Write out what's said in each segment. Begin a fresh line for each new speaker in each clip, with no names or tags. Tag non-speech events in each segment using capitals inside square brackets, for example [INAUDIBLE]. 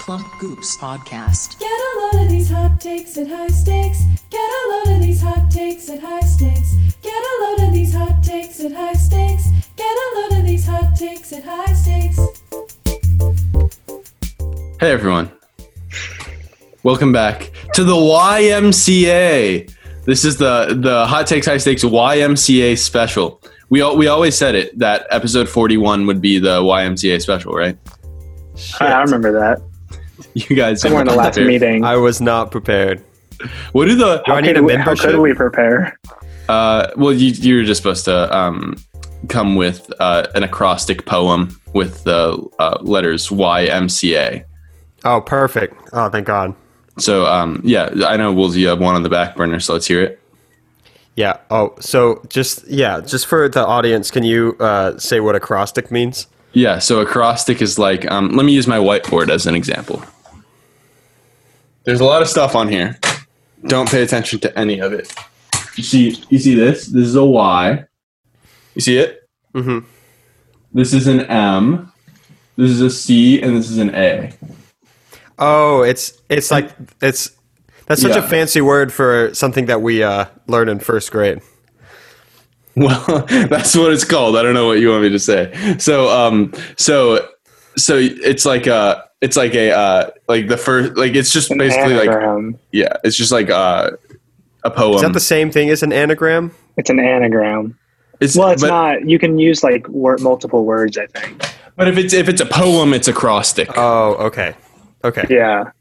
Plump Goops Podcast.
Get a load of these hot takes at high stakes. Get a load of these hot takes at high stakes. Get a load of these hot takes at high stakes. Get a load of these hot takes at high stakes.
Hey everyone. Welcome back to the YMCA. This is the the Hot Takes High Stakes YMCA special. We al- we always said it that episode 41 would be the YMCA special, right? [LAUGHS]
I, I remember that.
You guys
Somewhere in the last
prepared.
meeting.
I was not prepared.
What do the
I need
could
a
we, how
membership?
could we prepare?
uh well you you were just supposed to um come with uh, an acrostic poem with the uh, letters YMCA.
Oh, perfect. Oh, thank God.
So um yeah, I know Wolsey you have one on the back burner, so let's hear it.
Yeah. Oh, so just yeah, just for the audience, can you uh, say what acrostic means?
Yeah, so acrostic is like, um, let me use my whiteboard as an example. There's a lot of stuff on here. Don't pay attention to any of it. You see, you see this? This is a Y. You see it?
Mhm.
This is an M. This is a C, and this is an A. [LAUGHS]
Oh, it's it's like it's that's such
Yeah.
a fancy word for something that we uh, learn in first grade.
Well, that's what it's called. I don't know what you want me to say. So, um, so, so it's like a, it's like a, uh, like the first, like it's just basically like,
anagram.
yeah, it's just like uh, a poem.
Is that the same thing as an anagram?
It's an anagram.
It's,
Well, it's
but,
not. You can use like wor- multiple words. I think.
But if it's if it's a poem, it's acrostic.
Oh, okay, okay.
Yeah.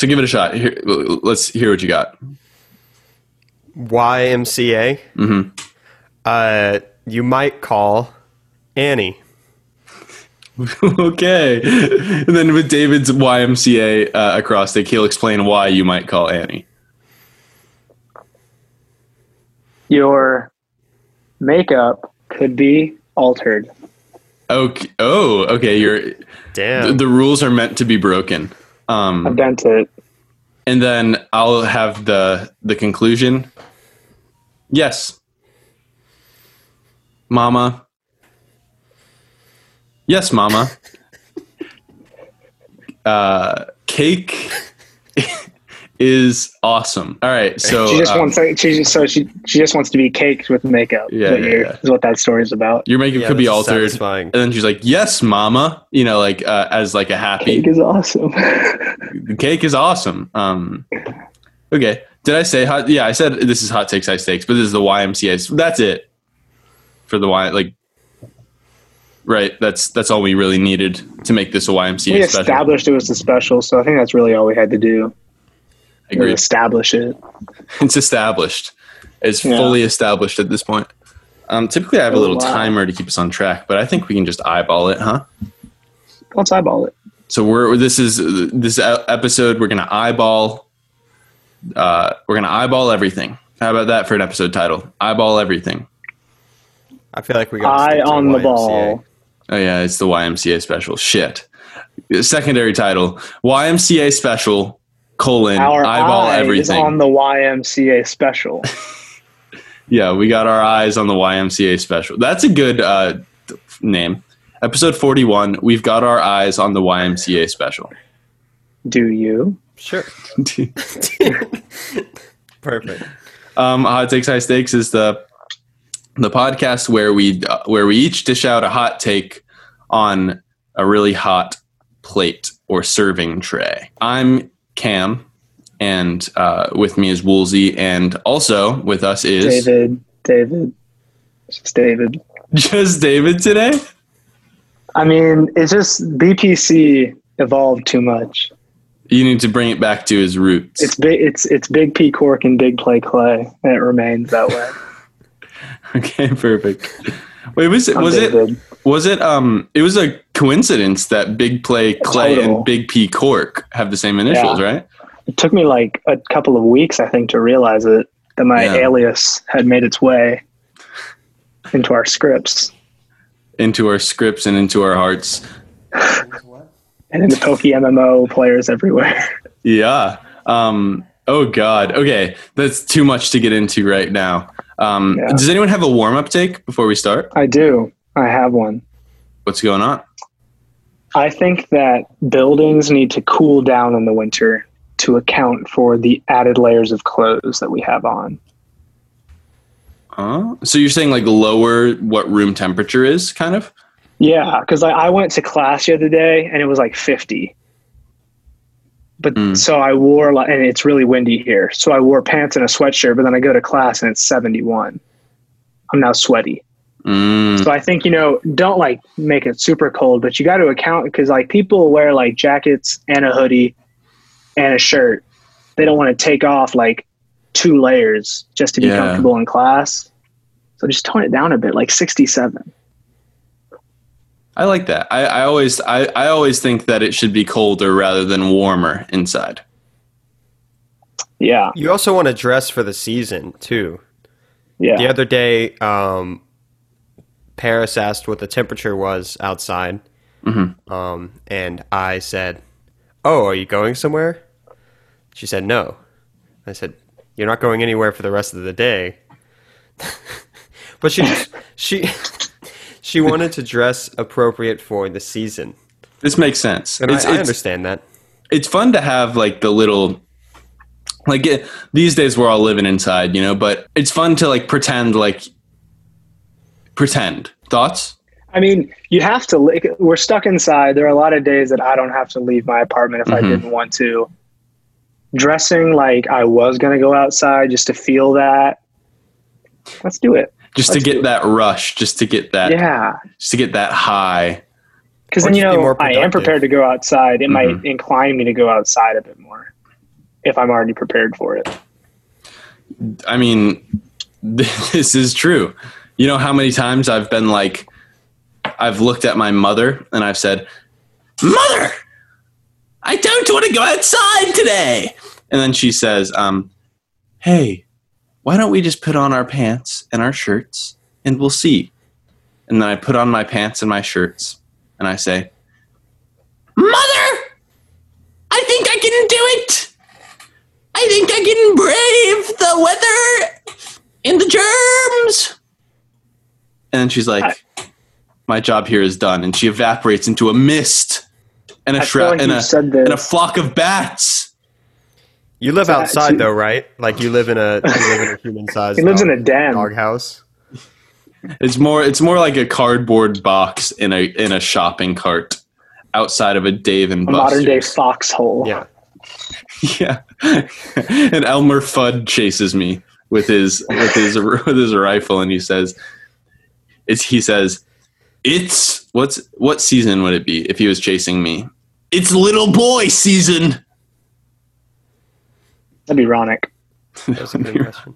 so give it a shot. Here, l- let's hear what you got. [LAUGHS]
YMCA. Mm-hmm. Uh, you might call Annie.
okay. And then with David's YMCA uh, acrostic, he'll explain why you might call Annie.
Your makeup could be altered.
Okay. Oh, okay. You're th-
Damn.
the rules are meant to be broken.
I've
Um,
been to it.
and then I'll have the the conclusion. Yes, Mama. Yes, Mama. [LAUGHS] uh, cake [LAUGHS] is awesome. All right, so
She just
um,
wants. Like, she just so she she just wants to be caked with makeup.
Yeah,
that
yeah,
you're-
yeah.
Is what that story's about.
your makeup
Yeah,
could be
this is
altered.
satisfying.
And then she's like, "Yes, Mama," you know, like uh, as like a happy
Cake is awesome. [LAUGHS]
the cake is awesome. Um, okay, did I say hot? Yeah, I said this is hot takes, high stakes, but this is the YMCA. So that's it for the Y. Like, right? That's that's all we really needed to make this a YMCA
we
special.
established it was a special, so I think that's really all we had to do.
I
was
agree.
Establish it.
It's established. It's
Yeah.
fully established at this point. Um, typically, I have a little
Oh, wow.
timer to keep us on track, but I think we can just eyeball it, huh?
Let's eyeball it.
So we're this is this e, episode. We're gonna eyeball. Uh, we're gonna eyeball everything. How about that for an episode title? Eyeball everything.
I feel like we got
Eye on the ball.
Oh yeah, it's the YMCA special. Shit. Secondary title: YMCA special colon
Our
eyeball
eye is
everything.
on the
[LAUGHS]
YMCA special.
yeah, we got our eyes on the YMCA special. That's a good uh, th- name. Episode forty-one. We've got our eyes on the YMCA special. [LAUGHS]
Do you?
Sure. Perfect.
Um, hot takes, high stakes is the the podcast where we uh, where we each dish out a hot take on a really hot plate or serving tray. I'm Cam, and uh, with me is Woolsey, and also with us is
David, David. It's just David.
[LAUGHS] just David today.
I mean, it's just BPC evolved too much.
You need to bring it back to his roots.
It's big it's it's big P cork and big play clay, and it remains that way.
[LAUGHS] okay, perfect. Wait, was it [LAUGHS]
I'm
was it
David.
was it um it was a coincidence that Big Play Clay
total.
and Big P Cork have the same initials,
Yeah.
right?
It took me like a couple of weeks, I think, to realize it that my
Yeah.
alias had made its way into our scripts
into our scripts and into our hearts.
and into Poke MMO players everywhere. [LAUGHS]
Yeah. Um, oh God. Okay, that's too much to get into right now. Um,
Yeah.
Does anyone have a warm up take before we start?
I do. I have one.
What's going on?
I think that buildings need to cool down in the winter to account for the added layers of clothes that we have on.
Huh? So you're saying like lower what room temperature is, kind of?
Yeah, because I, I went to class the other day and it was like 50. But so I wore, like, and it's really windy here. So I wore pants and a sweatshirt, but then I go to class and it's 71. I'm now sweaty.
Mm.
So I think, you know, don't like make it super cold, but you got to account because like people wear like jackets and a hoodie and a shirt. They don't want to take off like two layers just to be
Yeah.
comfortable in class. So just tone it down a bit, like 67.
I like that. I, I always I, I always think that it should be colder rather than warmer inside.
Yeah.
You also want to dress for the season too.
Yeah.
The other day, um, Paris asked what the temperature was outside,
Mm-hmm.
um, and I said, "Oh, are you going somewhere?" She said, "No." I said, "You're not going anywhere for the rest of the day." [LAUGHS] but she she she wanted to dress appropriate for the season,
This makes sense.
and
It's,
I, I
it's,
understand that.
it's fun to have like the little like it, these days we're all living inside, you know, but it's fun to like pretend like pretend. Thoughts?
I mean, you have to, like, we're stuck inside. There are a lot of days that I don't have to leave my apartment if
Mm-hmm.
I didn't want to. Dressing like I was going to go outside just to feel that. Let's do it.
Just
Let's
to
do
get
it.
that rush, just to get that
Yeah.
just to get that high.
because
Or
then you
just be
know
more
I am
productive. Mm-hmm.
prepared to go outside. It might incline me to go outside a bit more if I'm already prepared for it.
I mean, [LAUGHS] this is true. You know how many times I've been like, I've looked at my mother and I've said, Mother, I don't want to go outside today. And then she says, um, Hey, why don't we just put on our pants and our shirts and we'll see. And then I put on my pants and my shirts and I say, Mother, I think I can do it. I think I can brave the weather and the germs. And she's like, My job here is done. And she evaporates into a mist and a
feel
shroud
like
and,
you
a,
said this.
and a flock of bats.
You live
That-
outside
she-
though, right? Like you live in a you live in a human
[LAUGHS]
sized.
He lives in a den.
dog house.
It's more it's more like a cardboard box in a in a shopping cart outside of a Dave and
A modern day
Buster's.
foxhole.
Yeah.
[LAUGHS] Yeah. and Elmer Fudd chases me with his with his [LAUGHS] with his rifle and he says it's he says it's what's what season would it be if he was chasing me? It's little boy season.
That'd be ironic.
That's a good question.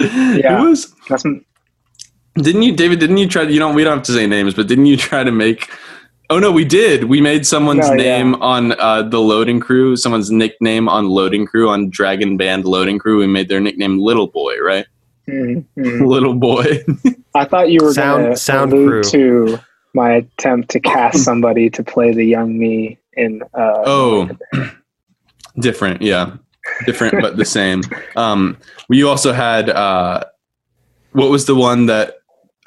Yeah.
It was
That's,
Didn't you, David? Didn't you try? To, you don't. We don't have to say names, but didn't you try to make? Oh no, we did. We made someone's
No, yeah.
name on uh, the loading crew. Someone's nickname on loading crew on Dragon Band loading crew. We made their nickname Little Boy, right?
mm, mm.
Little Boy. [LAUGHS]
I thought you were
Sound-
going to
sound
allude to my attempt to cast somebody to play the young me in. Uh,
oh, different. Yeah, different but the same. Um, we also had uh, what was the one that?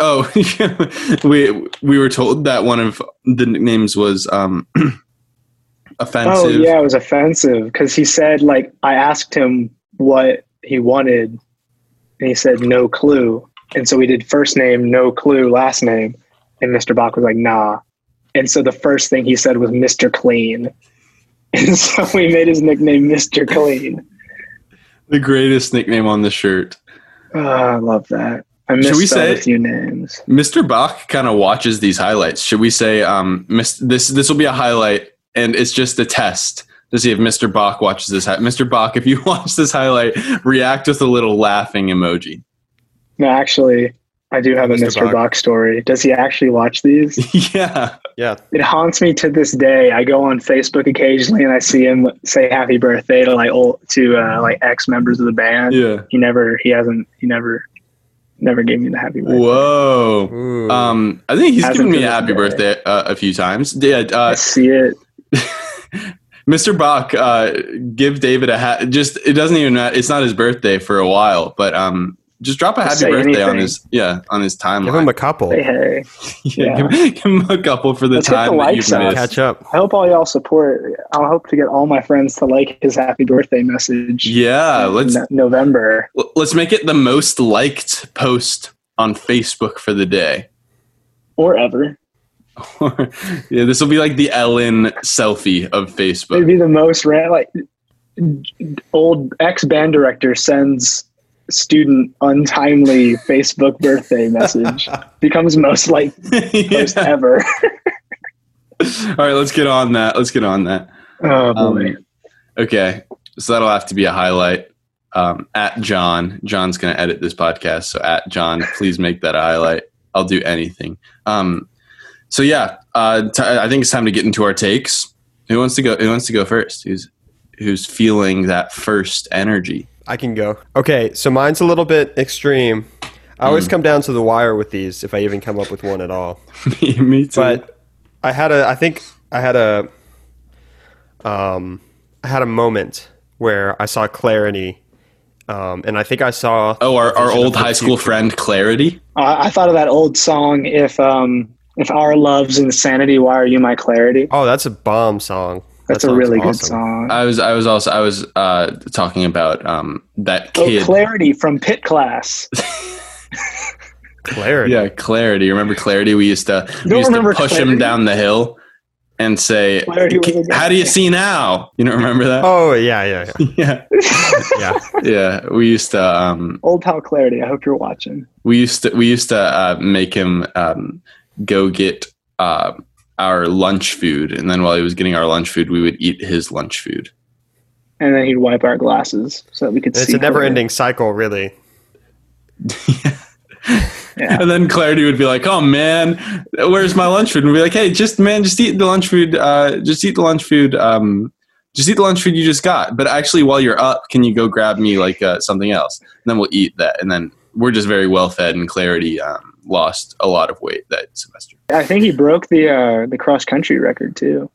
Oh, [LAUGHS] we we were told that one of the nicknames was um, [CLEARS THROAT]
Oh,
offensive.
yeah, it was offensive because he said like I asked him what he wanted, and he said no clue. And so we did first name, no clue, last name, and Mr. Bach was like nah. And so the first thing he said was Mr. Clean, [LAUGHS] and so we made his nickname Mr. Clean.
The greatest nickname on the shirt.
Oh, I love that. I
Should we
missed
say-
a few names.
Mr. Bach kind of watches these highlights. Should we say um, mis- this? This will be a highlight, and it's just a test to see if Mr. Bach watches this. Hi- Mr. Bach, if you [LAUGHS] watch this highlight, react with a little laughing emoji. [LAUGHS]
No, actually, I do have a
Mr.
Mr.
Bach.
Bach. story. Does he actually watch these?
yeah,
Yeah.
it haunts me to this day. I go on Facebook occasionally and I see him say "Happy Birthday" to like old, to uh, like ex members of the band.
yeah.
He never, he hasn't, he never, never gave me the happy birthday.
Whoa.
Ooh.
Um, I think he's
Hasn't
given me a
been
happy
there.
birthday uh, a few times. Yeah,
I
uh,
see it.
Mr. Bach, uh, give David a hat. Just it doesn't even matter. It's not his birthday for a while, but um, just drop a happy
say
birthday on
anything.
his yeah on his
Give him
timeline.
a couple.
Hey, hey.
yeah, give, give him a couple for the
Let's hit the
time that
likes
you've
up.
missed.
Catch up.
I hope all y'all support. I hope to get all my friends to like his happy birthday message.
Yeah,
in
let's
No- November.
L- Let's make it the most liked post on Facebook for the day. [LAUGHS]
or ever.
yeah, this will be like the Ellen selfie of
It'd
Facebook.
be the most random. Like old ex band director sends student untimely Facebook birthday
[LAUGHS]
message becomes most like post
Yeah.
ever.
All right, let's get on that. Let's get on that.
oh boy.
Um, okay, so that'll have to be a highlight. Um, at John, John's going to edit this podcast, so at John, please make that a highlight. I'll do anything. Um, so yeah, uh, t- I think it's time to get into our takes. Who wants to go? Who wants to go first? Who's who's feeling that first energy? [LAUGHS]
I can go. Okay, so mine's a little bit extreme. I always
Mm.
come down to the wire with these if I even come up with one at all.
me, me too.
But I had a I think I had a um I had a moment where I saw clarity um and I think I saw
oh, our, our
Vision
old
of the
high school
future.
friend Clarity.
I, I thought of that old song. If um, if our love's insanity, why are you my clarity?
Oh, that's a bomb song. That
That's a
song's
really good
awesome.
song.
I was I was also I was uh, talking about um, that
Oh,
kid.
clarity from pit class.
Clarity.
yeah, Clarity. Remember Clarity? We used to we
don't
used to
remember
push him
Clarity?
down the hill and say,
Clarity was a
"How do you see now?" You don't remember that?
Oh yeah, yeah, yeah.
[LAUGHS] Yeah, [LAUGHS]
yeah.
yeah. We used to um,
Old pal clarity. I hope you're watching.
we used to we used to uh, make him um, go get uh, our lunch food, and then while he was getting our lunch food, we would eat his lunch food.
And then he'd wipe our glasses so that we could
It's
see.
a never
clearly.
ending cycle really.
And then Clarity would be like, "Oh man, where's my lunch food?" And we'd be like, "Hey, just man, just eat the lunch food. Uh, just eat the lunch food. Um, just eat the lunch food you just got. But actually, while you're up, can you go grab me like uh, something else? And then we'll eat that. And then we're just very well fed. And Clarity um, lost a lot of weight that semester. [LAUGHS]
I think he broke the uh, the cross country record too.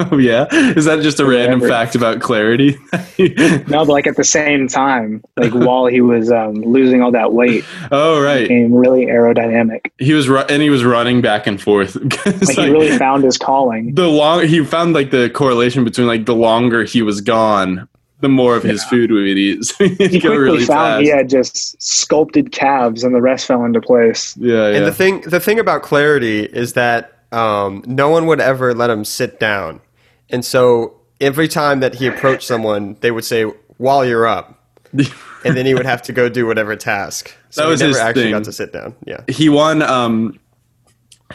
oh yeah, is that just a random
Remember.
fact about Clarity? [LAUGHS]
No, but like at the same time, like while he was um, losing all that weight,
oh
[LAUGHS]
right,
became really aerodynamic.
he was ru- and he was running back and forth. [LAUGHS] It's
Like,
like-
he really found his calling.
the long he found like the correlation between like the longer he was gone, the more of his food we would eat. [LAUGHS] So he'd
He
go
quickly
really
found
fast.
he
Yeah,
had just sculpted calves, and the rest fell into place.
yeah.
And the thing the thing about clarity is that um, no one would ever let him sit down. And so every time that he approached someone, they would say, While you're
[LAUGHS]
up. And then he would have to go do whatever task. So
That was
he never
his
actually
thing.
got to sit down. Yeah.
he won um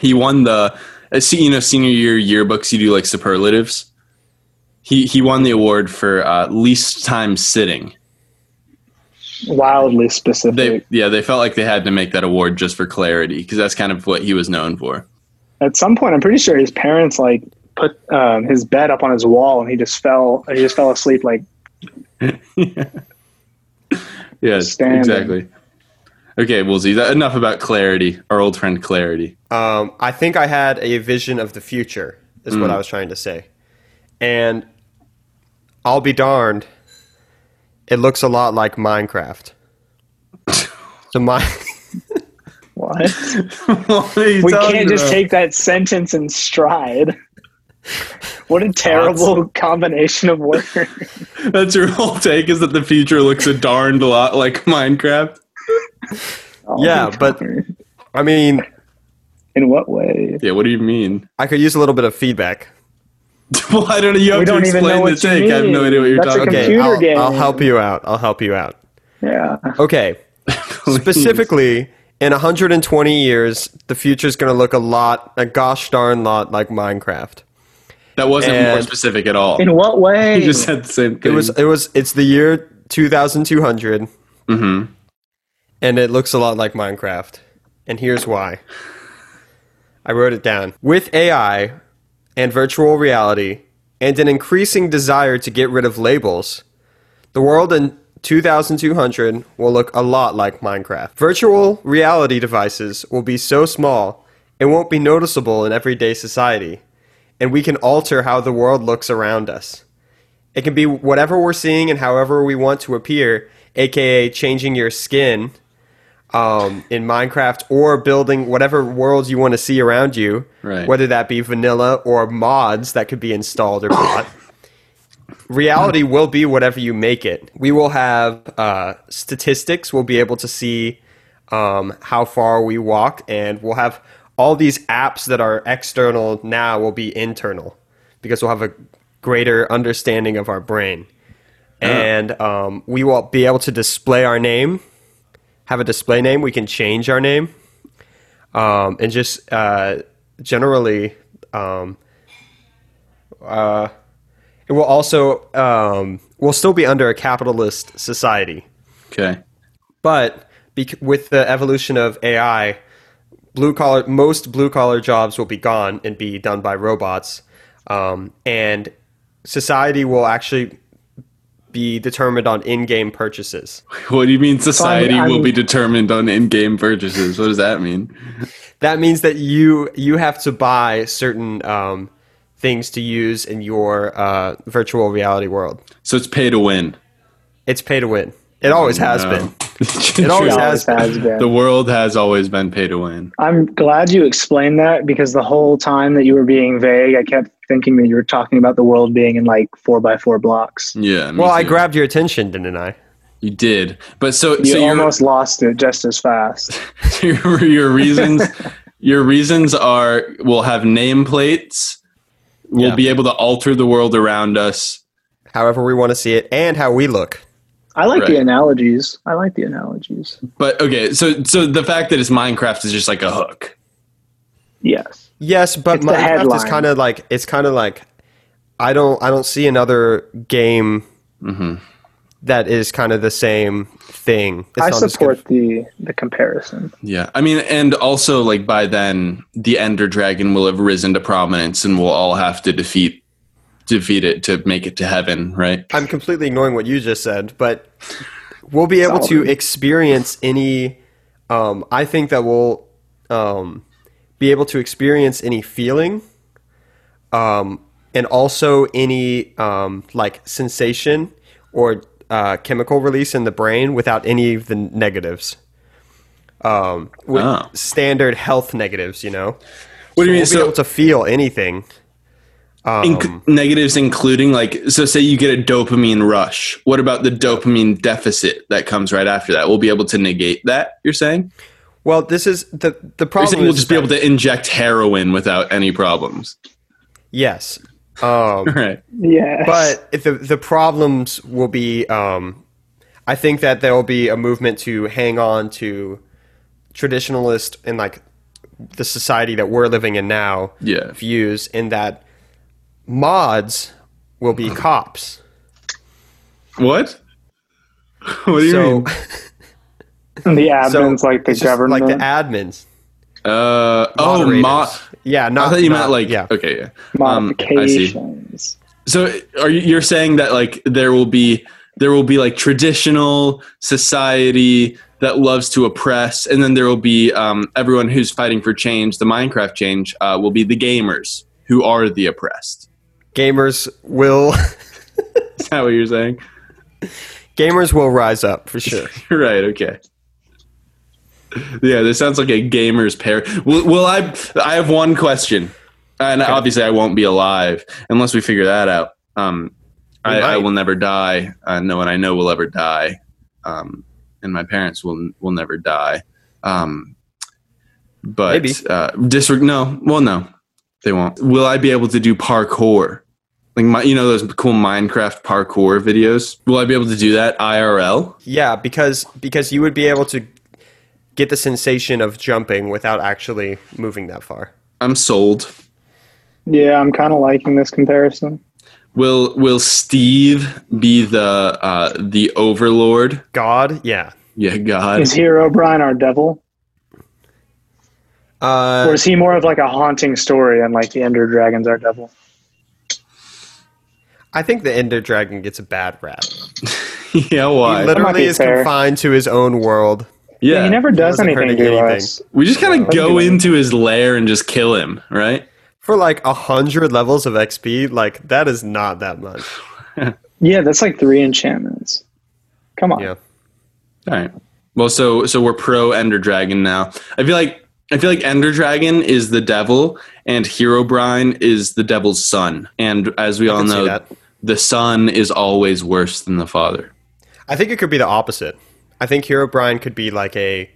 he won the uh, see, you know senior year yearbooks you do like superlatives. He he won the award for uh, least time sitting.
Wildly specific.
They yeah, they felt like they had to make that award just for clarity because that's kind of what he was known for.
at some point, I'm pretty sure his parents like put um, his bed up on his wall, and he just fell. He just fell asleep. Like
Yeah,
Standing.
exactly. Okay, Woolsey, that, enough about clarity, our old friend clarity. [LAUGHS]
Um, I think I had a vision of the future, is
Mm.
what I was trying to say. And I'll be darned, it looks a lot
[LAUGHS]
like Minecraft. so my
[LAUGHS]
what?
What are you
We
talking
can't just
about?
take that sentence in stride.
[LAUGHS]
What a terrible combination of words.
That's your whole take is that the future looks a darned lot like Minecraft.
Yeah, but I mean,
[LAUGHS] in what way?
Yeah, what do you mean? [LAUGHS]
I could use a little bit of feedback.
well, I don't know. You have
We
to
don't even know
explain the
what you
take. I have no
mean.
idea what you're
That's a
talking
Okay,
Computer
I'll, I'll
game.
help you out. I'll help you out.
Yeah.
Okay,
about.
specifically, in 120 years, the future's going to look a lot, a gosh darn lot like Minecraft.
that wasn't more
And-
specific at all.
In what way?
You just [LAUGHS] said the same thing.
It was, it was, it's the year 2200,
Mhm.
and it looks a lot like Minecraft. And here's why. I wrote it down. With AI and virtual reality and an increasing desire to get rid of labels, the world in 2200 will look a lot like Minecraft. Virtual reality devices will be so small it won't be noticeable in everyday society, and we can alter how the world looks around us. It can be whatever we're seeing and however we want to appear, aka changing your skin um, in Minecraft or building whatever worlds you want to see around you,
Right.
whether that be vanilla or mods that could be installed or bought. Reality will be whatever you make it. We will have uh, statistics. We'll be able to see um, how far we walk, and we'll have all these apps that are external now will be internal because we'll have a greater understanding of our brain. And um, we will be able to display our name have a display name. We can change our name, um, and just uh, generally, um, uh, it will also um, we'll still be under a capitalist society,
Okay.
but bec- with the evolution of AI, blue collar most blue collar jobs will be gone and be done by robots, um, and society will actually be determined on in-game purchases.
What do you mean society
I'm-
will be determined on in-game purchases? What does that mean?
that means that you you have to buy certain um, things to use in your uh, virtual reality world.
So it's pay to win.
It's pay to win. It always has
No. [LAUGHS]
been. It always
It
has been.
always has been.
The world has always been pay to win.
I'm glad you explained that because the whole time that you were being vague, I kept thinking that you were talking about the world being in like four by four blocks.
Yeah. me
Well, I
too.
grabbed your attention, didn't I?
You did, but so
You
so your
almost lost it just
[LAUGHS]
as fast.
your, your reasons your reasons are we'll have nameplates. We'll
Yeah.
be able to alter the world around us.
However, we want to see it and how we look.
I like the
Right.
analogies. I like the analogies.
But okay, so so the fact that it's Minecraft is just like a hook.
Yes.
Yes, but
It's the
Minecraft is
headline.
kind of like it's kind of like I don't I don't see another game that is kind of the same thing. It's
I
not just
support the the comparison.
Yeah. I mean, and also like by then the Ender Dragon will have risen to prominence and we'll all have to defeat defeat it to make it to heaven, right?
I'm completely ignoring what you just said, but we'll be able to
Solid.
experience any. Um, I think that we'll um, be able to experience any feeling, um, and also any um, like sensation or uh, chemical release in the brain without any of the negatives. Um, with
Oh.
standard health negatives, you know,
What do you
we'll
mean?
be
So
able to feel anything.
inc- negatives including like so say you get a dopamine rush. What about the dopamine deficit that comes right after that? We'll be able to negate that, you're saying?
Well, this is the the
You're
problem.
saying we'll
is
just be
that-
able to inject heroin without any problems. [LAUGHS]
Yes. Um,
Right.
Yes.
but the the problems will be um, I think that there will be a movement to hang on to traditionalist and like the society that we're living in now
Yeah.
views in that mods will be cops.
What? [LAUGHS] What do you
so
mean?
[LAUGHS] the
[LAUGHS] so
admin's like the
it's just
government.
like the admins.
Uh oh,
moderators.
mo-
yeah, not
I thought you
not-
meant like
yeah.
okay, yeah. Um, I see.
modifications.
So are you, you're saying that like there will be there will be like traditional society that loves to oppress, and then there will be um, everyone who's fighting for change. The Minecraft change uh, will be the gamers who are the oppressed. [LAUGHS]
Gamers will [LAUGHS]
Is that what you're saying?
gamers will rise up for sure.
[LAUGHS] right. Okay. Yeah, this sounds like a gamer's pair. Will, will I? I have one question, and obviously I won't be alive unless we figure that out. Um,
We
I, I
might.
will never die. Uh, no one I know will ever die, um, and my parents will will never die. Um, but
Maybe.
uh, disre- No, well, no, they won't. Will I be able to do parkour? Like my, you know those cool Minecraft parkour videos. Will I be able to do that IRL?
Yeah, because because you would be able to get the sensation of jumping without actually moving that far.
I'm sold.
Yeah, I'm kind of liking this comparison.
Will Will Steve be the uh, the overlord?
God, yeah.
Yeah, God.
Is Hero O'Brien our devil, or
Uh,
is he more of like a haunting story and like the Ender Dragon's our devil?
I think the Ender Dragon gets a bad rap.
[LAUGHS] yeah,
He
why?
might
literally
be
is
fair.
confined to his own world.
Yeah,
he never does
wasn't
anything
hurting
to
anything.
us.
we just kind of go
do it.
into his lair and just kill him, right?
For like a hundred levels of XP, like that is not that much.
Yeah, that's like three enchantments. Come on.
Yeah.
All right. Well, so so we're pro Ender Dragon now. I feel like I feel like Ender Dragon is the devil, and Herobrine is the devil's son. And as we all
can see
know,
that.
the son is always worse than the father.
I think it could be the opposite. I think Hero Brian could be like a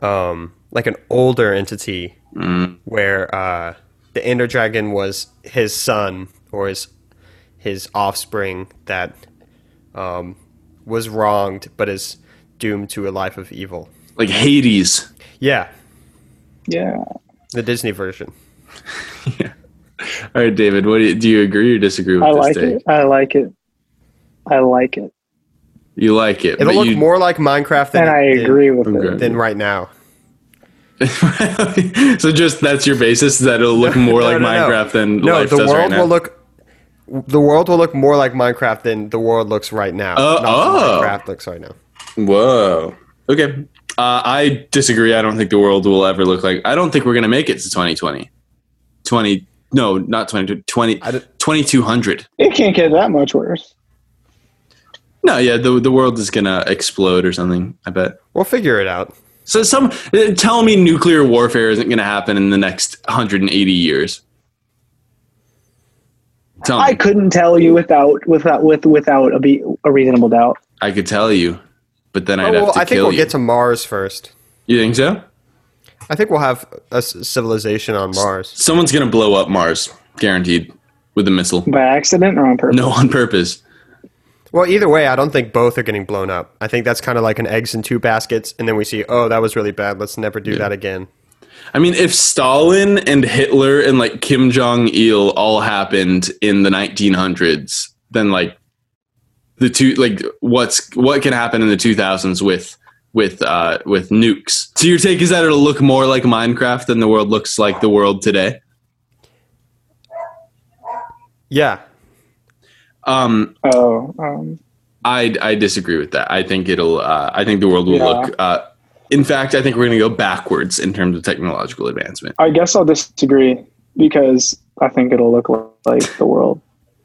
um, like an older entity
Mm.
where uh, the Ender Dragon was his son or his his offspring that um, was wronged but is doomed to a life of evil.
Like Hades.
Yeah,
Yeah.
the Disney version.
All right, David. What do you, do you agree or disagree with
I
this
like
take?
it. I like it. I like it.
You like it?
It'll
but
look
you-
more like Minecraft than
And I
than-
agree with
Okay.
it.
than right now.
[LAUGHS] so just that's your basis is that it'll look more
No,
like
no, no.
Minecraft than
no,
life
the
does
world
right now.
will look. The world will look more like Minecraft than the world looks right now.
Oh,
not than
oh.
Minecraft looks right now.
Whoa. Okay. Uh, I disagree. I don't think the world will ever look like. I don't think we're gonna make it to 2020. 20. No, not 20. 20
I don't-
2200.
It can't get that much worse.
No, yeah, the the world is gonna explode or something. I bet.
We'll figure it out.
So some uh, tell me nuclear warfare isn't gonna happen in the next 180 years. Tell me.
I couldn't tell you without without with without a, be, a reasonable doubt.
I could tell you, but then
Oh,
I'd
well,
have to
I think
kill
we'll
you.
get to Mars first.
you think so?
I think we'll have a s- civilization on Mars.
Someone's gonna blow up Mars, guaranteed, with a missile.
By accident or on purpose?
No, [LAUGHS] on purpose.
Well, either way, I don't think both are getting blown up. I think that's kind of like an eggs in two baskets, and then we see, oh, that was really bad. Let's never do that again.
I mean, if Stalin and Hitler and like Kim Jong Il all happened in the 1900s, then like the two like what's what can happen in the 2000s with with uh with nukes. So your take is that it'll look more like Minecraft than the world looks like the world today.
Yeah,
Um,
Oh, um,
I I disagree with that. I think it'll uh, I think the world will
Yeah.
look. Uh, in fact, I think we're going to go backwards in terms of technological advancement.
I guess I'll disagree because I think it'll look like the world.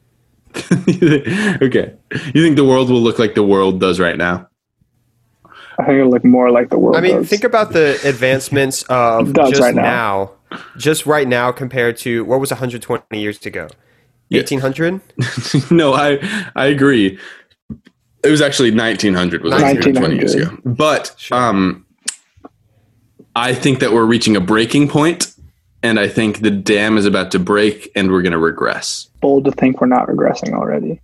[LAUGHS] okay, you think the world will look like the world does right now? [LAUGHS]
I think it'll look more like the world.
I mean,
does.
think about the
[LAUGHS]
advancements of
Does
just
right
now.
now.
just right now compared to what was 120 years ago, 1800,
no, I I agree. It was actually 1900 was 1900. 20 years ago. But um, I think that we're reaching a breaking point, and I think the dam is about to break, and we're going to regress.
bold to think we're not regressing already.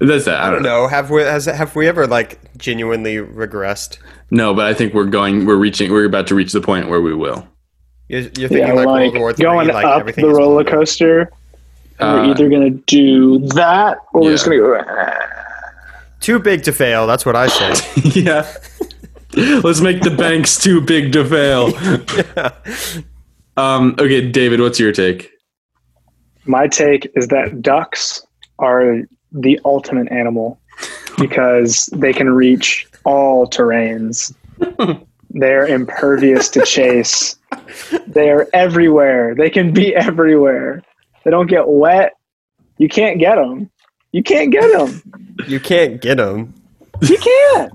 That's that. I don't know.
No, have we has have we ever like genuinely regressed?
No, but I think we're going. We're reaching. We're about to reach the point where we will. [LAUGHS]
You're, you're thinking
Yeah,
like,
like,
World War III,
going
like
up
everything
the
is
roller coaster. And
Uh,
we're either gonna do that, or
yeah.
we're just gonna go. "Ah."
too big to fail. That's what I say.
yeah. Let's make the banks too big to fail. Um, okay, David, what's your take?
My take is that ducks are the ultimate animal because they can reach all terrains. They're impervious to chase. They are everywhere. They can be everywhere. They don't get wet. You can't get them. You can't get them.
You can't get them.
[LAUGHS]
You can't.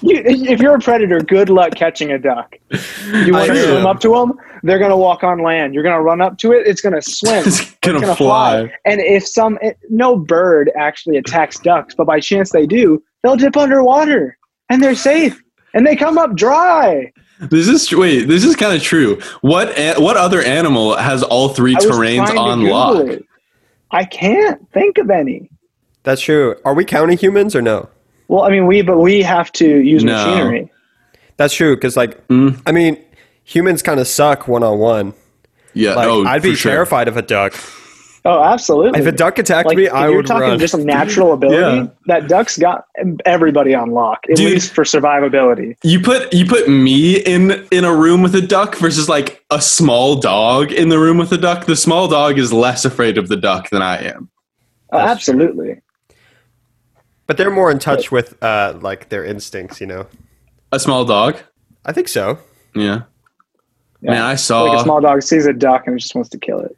you, if you're a predator, good luck catching a duck. You want to
am.
swim up to them? They're going to walk on land. You're going to run up to it. It's going to swim.
[LAUGHS] It's gonna
gonna
fly.
And if some it, no bird actually attacks ducks, but by chance they do, they'll dip underwater and they're safe. And they come up dry.
This is tr- wait. This is kind of true. What a- what other animal has all three
I was
terrains
trying to
on
Google
lock?
it. I can't think of any.
That's true. Are we counting humans or no?
Well, I mean, we but we have to use
No.
machinery.
That's true because like
Mm.
I mean, humans kind of suck one on one.
Yeah.
Like
oh,
I'd be
for sure.
terrified of a duck.
Oh, absolutely.
If a duck attacked
like
me,
if
I
you're
would
talking
run.
just natural ability,
Yeah.
that duck's got everybody on lock at
Dude.
least for survivability.
You put you put me in in a room with a duck versus like a small dog in the room with a duck. The small dog is less afraid of the duck than I am.
Oh, absolutely.
but they're more in touch with uh, like their instincts, you know.
A small dog.
I think so.
Yeah. Man, I saw
Uh,
Like a small dog sees a duck and just wants to kill it.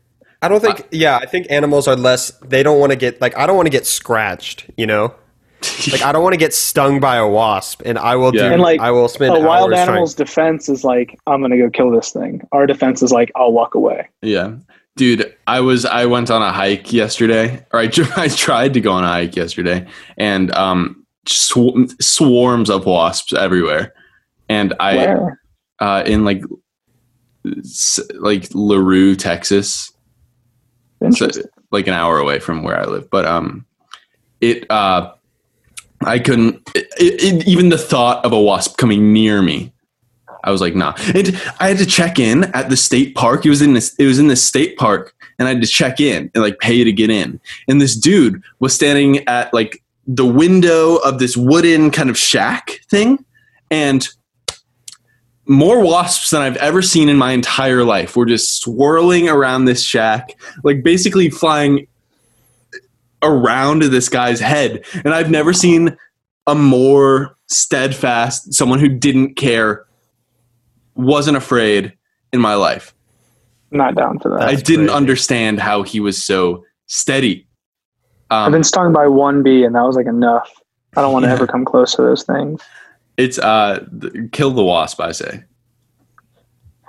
[LAUGHS]
I don't think. yeah, I think animals are less. They don't want to get like. I don't want to get scratched. You know. Like I don't want to get stung by a wasp, and I will
Yeah.
do.
And like
Mm, I will spend
a wild
hours trying-
animal's defense is like, I'm gonna go kill this thing. Our defense is like, I'll walk away.
Yeah. Dude, I was I went on a hike yesterday, or I, [LAUGHS] tr- I tried to go on a hike yesterday, and um, sw- swarms of wasps everywhere, and I
Where?
uh, in like s- like Larue, Texas, so,
Interesting.
like an hour away from where I live. But um, it uh, I couldn't. It, it, even the thought of a wasp coming near me, I was like, nah. And I had to check in at the state park. It was in this. It was in this state park, and I had to check in and like pay to get in. And this dude was standing at like the window of this wooden kind of shack thing, and more wasps than I've ever seen in my entire life were just swirling around this shack, like basically flying around this guy's head. And I've never seen a more steadfast, someone who didn't care, wasn't afraid in my life.
Not down for that.
That's
I didn't
crazy.
understand how he was so steady.
I've
Um,
been stung by one bee, and that was like enough. I don't want to
Yeah.
ever come close to those things.
it's uh, th- kill the wasp, I say.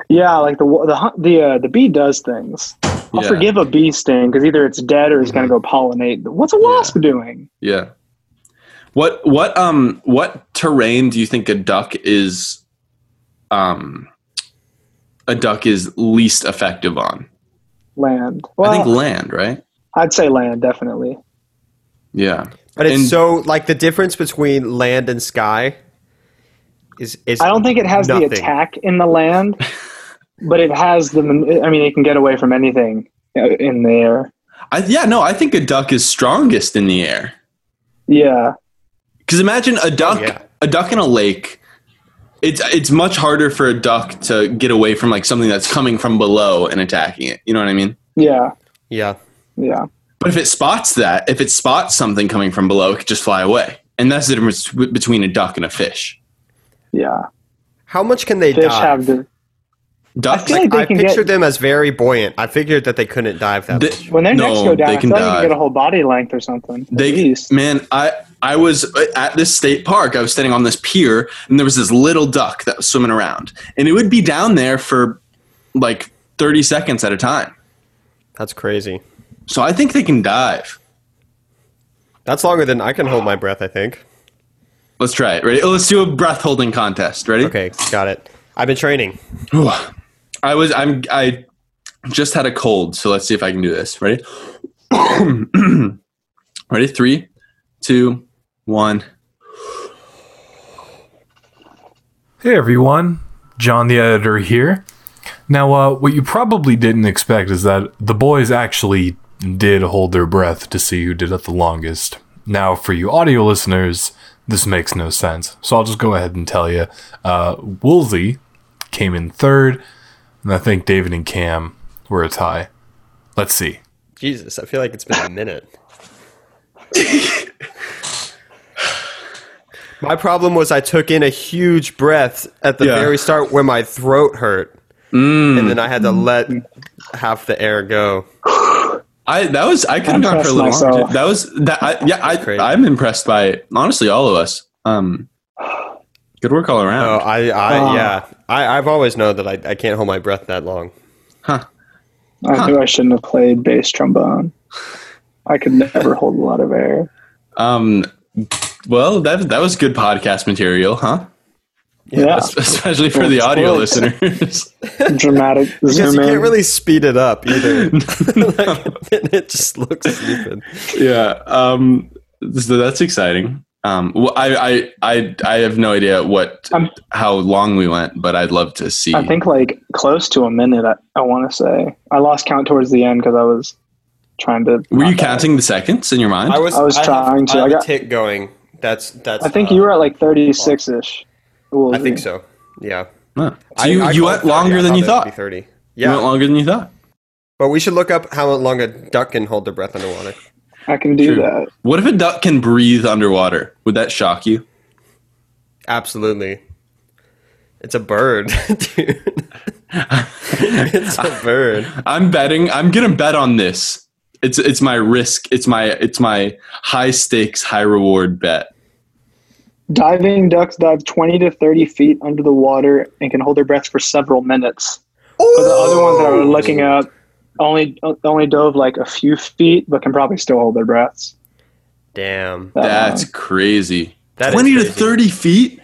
Yeah, like the wa- the hu- the uh, the bee does things. I'll
Yeah.
forgive a bee sting because either it's dead or it's
Mm-hmm.
going to go pollinate. What's a wasp doing?
Yeah. What what um what terrain do you think a duck is um a duck is least effective on?
Land. Well,
I think land, right?
I'd say land definitely.
Yeah.
But it's
And-
so like the difference between land and sky is is
I don't think it has
nothing.
the attack in the
[LAUGHS]
land, but it has the. man- I mean, it can get away from anything uh, in the air.
I yeah, no, I think a duck is strongest in the air.
Yeah,
Cuz imagine
Oh,
a duck
yeah.
a duck in a lake it's it's much harder for a duck to get away from like something that's coming from below and attacking it. You know what I mean?
yeah,
Yeah.
yeah.
But if it spots that, if it spots something coming from below, it could just fly away. And that's the difference w- between a duck and a fish.
Yeah,
How much can they
fish
dive?
have the
Ducks
I feel like they
I
can
pictured
get-
them as very buoyant. I figured that they couldn't dive that.
Th-
much.
when their
No,
necks go down.
they
I
can
feel like you
dive.
can get a whole body length or something. at
They
least.
man, I I was at this state park. I was standing on this pier, and there was this little duck that was swimming around, and it would be down there for like thirty seconds at a time.
That's crazy.
So I think they can dive.
That's longer than I can hold my breath. I think.
Let's try it. Ready? Let's do a breath holding contest. Ready?
Okay, got it. I've been training.
Whew. I was I'm I just had a cold, so let's see if I can do this. Ready? [COUGHS] Ready? Three, two, one.
Hey everyone, John the editor here. Now, uh, what you probably didn't expect is that the boys actually did hold their breath to see who did it the longest. Now, for you audio listeners, this makes no sense, so I'll just go ahead and tell you. Uh, Woolsey came in third, and I think David and Cam were a tie. Let's see.
Jesus, I feel like it's been a minute. [LAUGHS] my problem was I took in a huge breath at the
Yeah.
very start where my throat hurt,
Mm.
and then I had to let half the air go.
I that was I could have gone for a little
impressed
longer.
myself.
That was that I, yeah
crazy.
I I'm impressed by honestly all of us. Um, good work all
Oh,
around.
I, I
Ah.
yeah, I, I've always known that I, I can't hold my breath that long.
I knew I shouldn't have played bass
[LAUGHS]
trombone. I could never hold a lot of air.
Um, well that that was good podcast material, huh?
Yeah,
Especially for the
Of
audio
course. [LAUGHS]
listeners.
dramatic
Because
zoom
you
in.
can't really speed it up
[LAUGHS]
either. [LAUGHS] like, it just looks stupid.
yeah. Um, so that's exciting. Um, well, I, I I I have no idea what
I'm-
how long we went, but I'd love to see.
I think like close to a minute. I, I want to say I lost count towards the end because I was trying to.
Were you counting the seconds in your mind?
I was,
I was
have-
trying to.
I,
I
have a
got-
tick going. That's that's.
I think
uh,
you were at like thirty six ish.
I think so. Yeah.
Huh.
I-
So you,
I
you
called
went
30.
longer
I
than you
it would be
thought.
Thirty.
You
Yeah.
went longer than you thought.
but we should look up how long a duck can hold their breath underwater.
I can do
True.
that.
What if a duck can breathe underwater? Would that shock you?
Absolutely. It's a bird, [LAUGHS] dude. it's a bird.
I'm betting. I'm gonna bet on this. it's it's my risk. It's my it's my high stakes, high reward bet.
Diving ducks dive 20 to 30 feet under the water and can hold their breath for several minutes. But the other ones that
Oh!
I was looking up only only dove like a few feet, but can probably still hold their breaths.
Damn.
Uh,
That's crazy.
Uh-huh. That is
Twenty to
crazy.
thirty feet.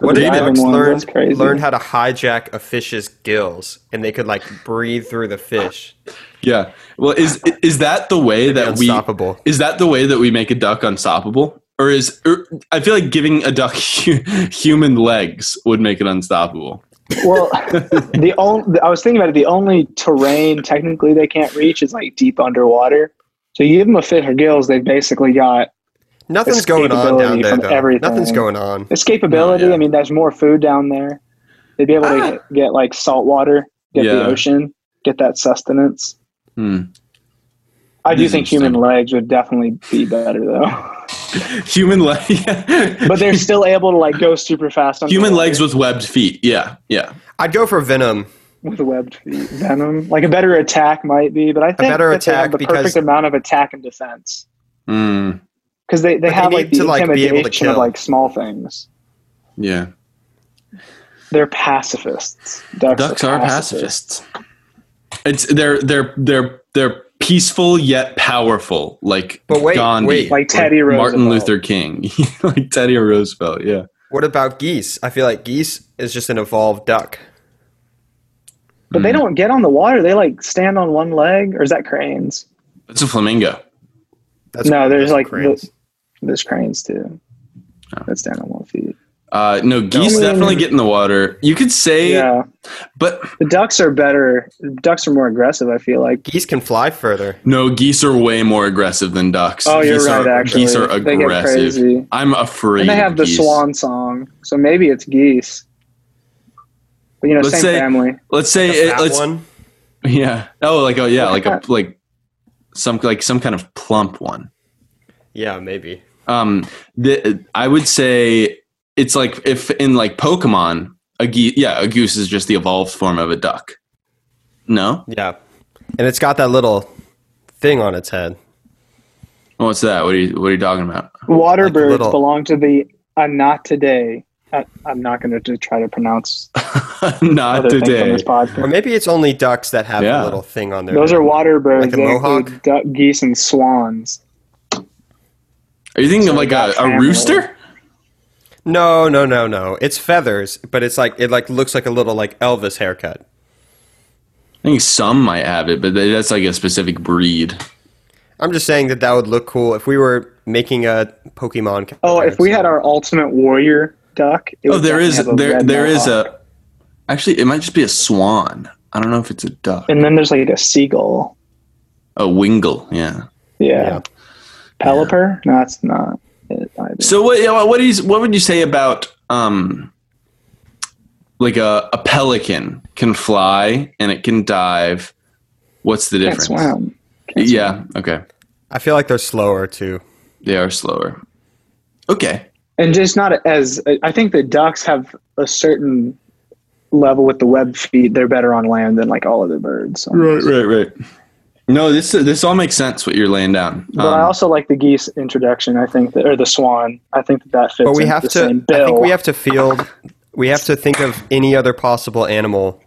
What
David-
if ducks
Diving ones,
learned,
that's crazy.
learned how to hijack a fish's gills and they could like breathe through the fish?
Yeah. Well, is is that the way that we
unstoppable.
is that the way that we make a duck unstoppable? Or is or, I feel like giving a duck [LAUGHS] hu- human legs would make it unstoppable. [LAUGHS]
Well, the only I was thinking about it. The only terrain technically they can't reach is like deep underwater. So you give them a fish or gills, they've basically got
Nothing's going on down
Escapability
there,
from
though.
everything.
Nothing's going on.
escapability.
Oh, yeah. Ah.
I mean, there's more food down there. They'd be able to get, get like salt water, get
Yeah.
the ocean, get that sustenance.
Hmm.
I do
That's
think human
interesting.
legs would definitely be better
[LAUGHS]
though.
Human leg.
But they're still able to like go super fast
[LAUGHS]
on
human legs with webbed feet. Yeah. Yeah.
I'd go for venom.
with webbed feet. Venom. Like a better attack might be, but I think
better
that they have
attack
the
because-
perfect amount of attack and defense.
Hmm.
Because they, they
But they
have like
need
the
to, like, be able to
intimidation of
kill.
like small things.
Yeah.
They're pacifists. Ducks,
Ducks are pacifists. It's they're they're they're they're peaceful yet powerful, like
But wait,
Gandhi,
wait.
Like Teddy
or Martin
Roosevelt.
Luther King, [LAUGHS] like Teddy Roosevelt. Yeah,
What about geese? I feel like geese is just an evolved duck.
But
Hmm.
they don't get on the water. They like stand on one leg, or is that cranes?
it's a flamingo.
That's
no, there's
that's
like
cranes.
the, there's cranes too.
Oh.
That stand on one feet.
Uh, no, geese
Mm.
definitely get in the water. You could say,
Yeah,
but
the ducks are better. Ducks are more aggressive. I feel like.
geese can fly further.
no, geese are way more aggressive than ducks.
Oh, you're
geese
right.
Are,
actually,
geese are
they get
aggressive.
crazy,
I'm afraid.
and they have
of
the
geese.
swan song. So maybe it's geese. But you know,
Let's
same
say-
family.
Let's say it,
That
let's
one.
[LAUGHS] yeah. Oh, like oh yeah, like
Look
a
at
like some like some kind of plump one.
Yeah, maybe.
Um, the, I would say it's like if in like Pokemon, a geese, yeah, a goose is just the evolved form of a duck. No,
Yeah, and it's got that little thing on its head.
what's that? What are you What are you talking about? [LAUGHS]
Water
Like the
birds
little-
belong to the Anatidae. I, I'm not going to try to pronounce
Not
other things on
today.
this podcast.
Or maybe it's only ducks that have
Yeah.
the little thing on their.
Those
head.
are water birds.
Like a
They
mohawk?
include duck, geese, and swans.
Are you thinking of like a,
Duck
a
family.
rooster?
No, no, no, no. It's feathers, but it's like it like looks like a little like Elvis haircut.
I think some might have it, but they- that's like a specific breed.
I'm just saying that that would look cool if we were making a Pokemon.
Oh, if we had our ultimate warrior duck, it
Oh,
would
there is
definitely have a
there
red
there is
mohawk.
a. Actually, it might just be a swan. I don't know if it's a duck.
and then there's like a seagull.
A wingle, yeah.
Yeah,
Yeah.
Pelipper. No, it's not. It either.
So what yeah, what is what would you say about um like a, a pelican can fly and it can dive. What's the
can't
difference?
swim. Can't swim.
Yeah, okay.
I feel like they're slower too.
They are slower. Okay.
and just not as I think the ducks have a certain level with the web feet. They're better on land than like all other birds. almost.
right, right. No, this this all makes sense what you're laying down.
But I
Um,
also like the geese introduction. I think that, or the swan. I think that that fits.
But we
into
have
the
to.
Same
I
bill.
think we have to field. We have to think of any other possible animal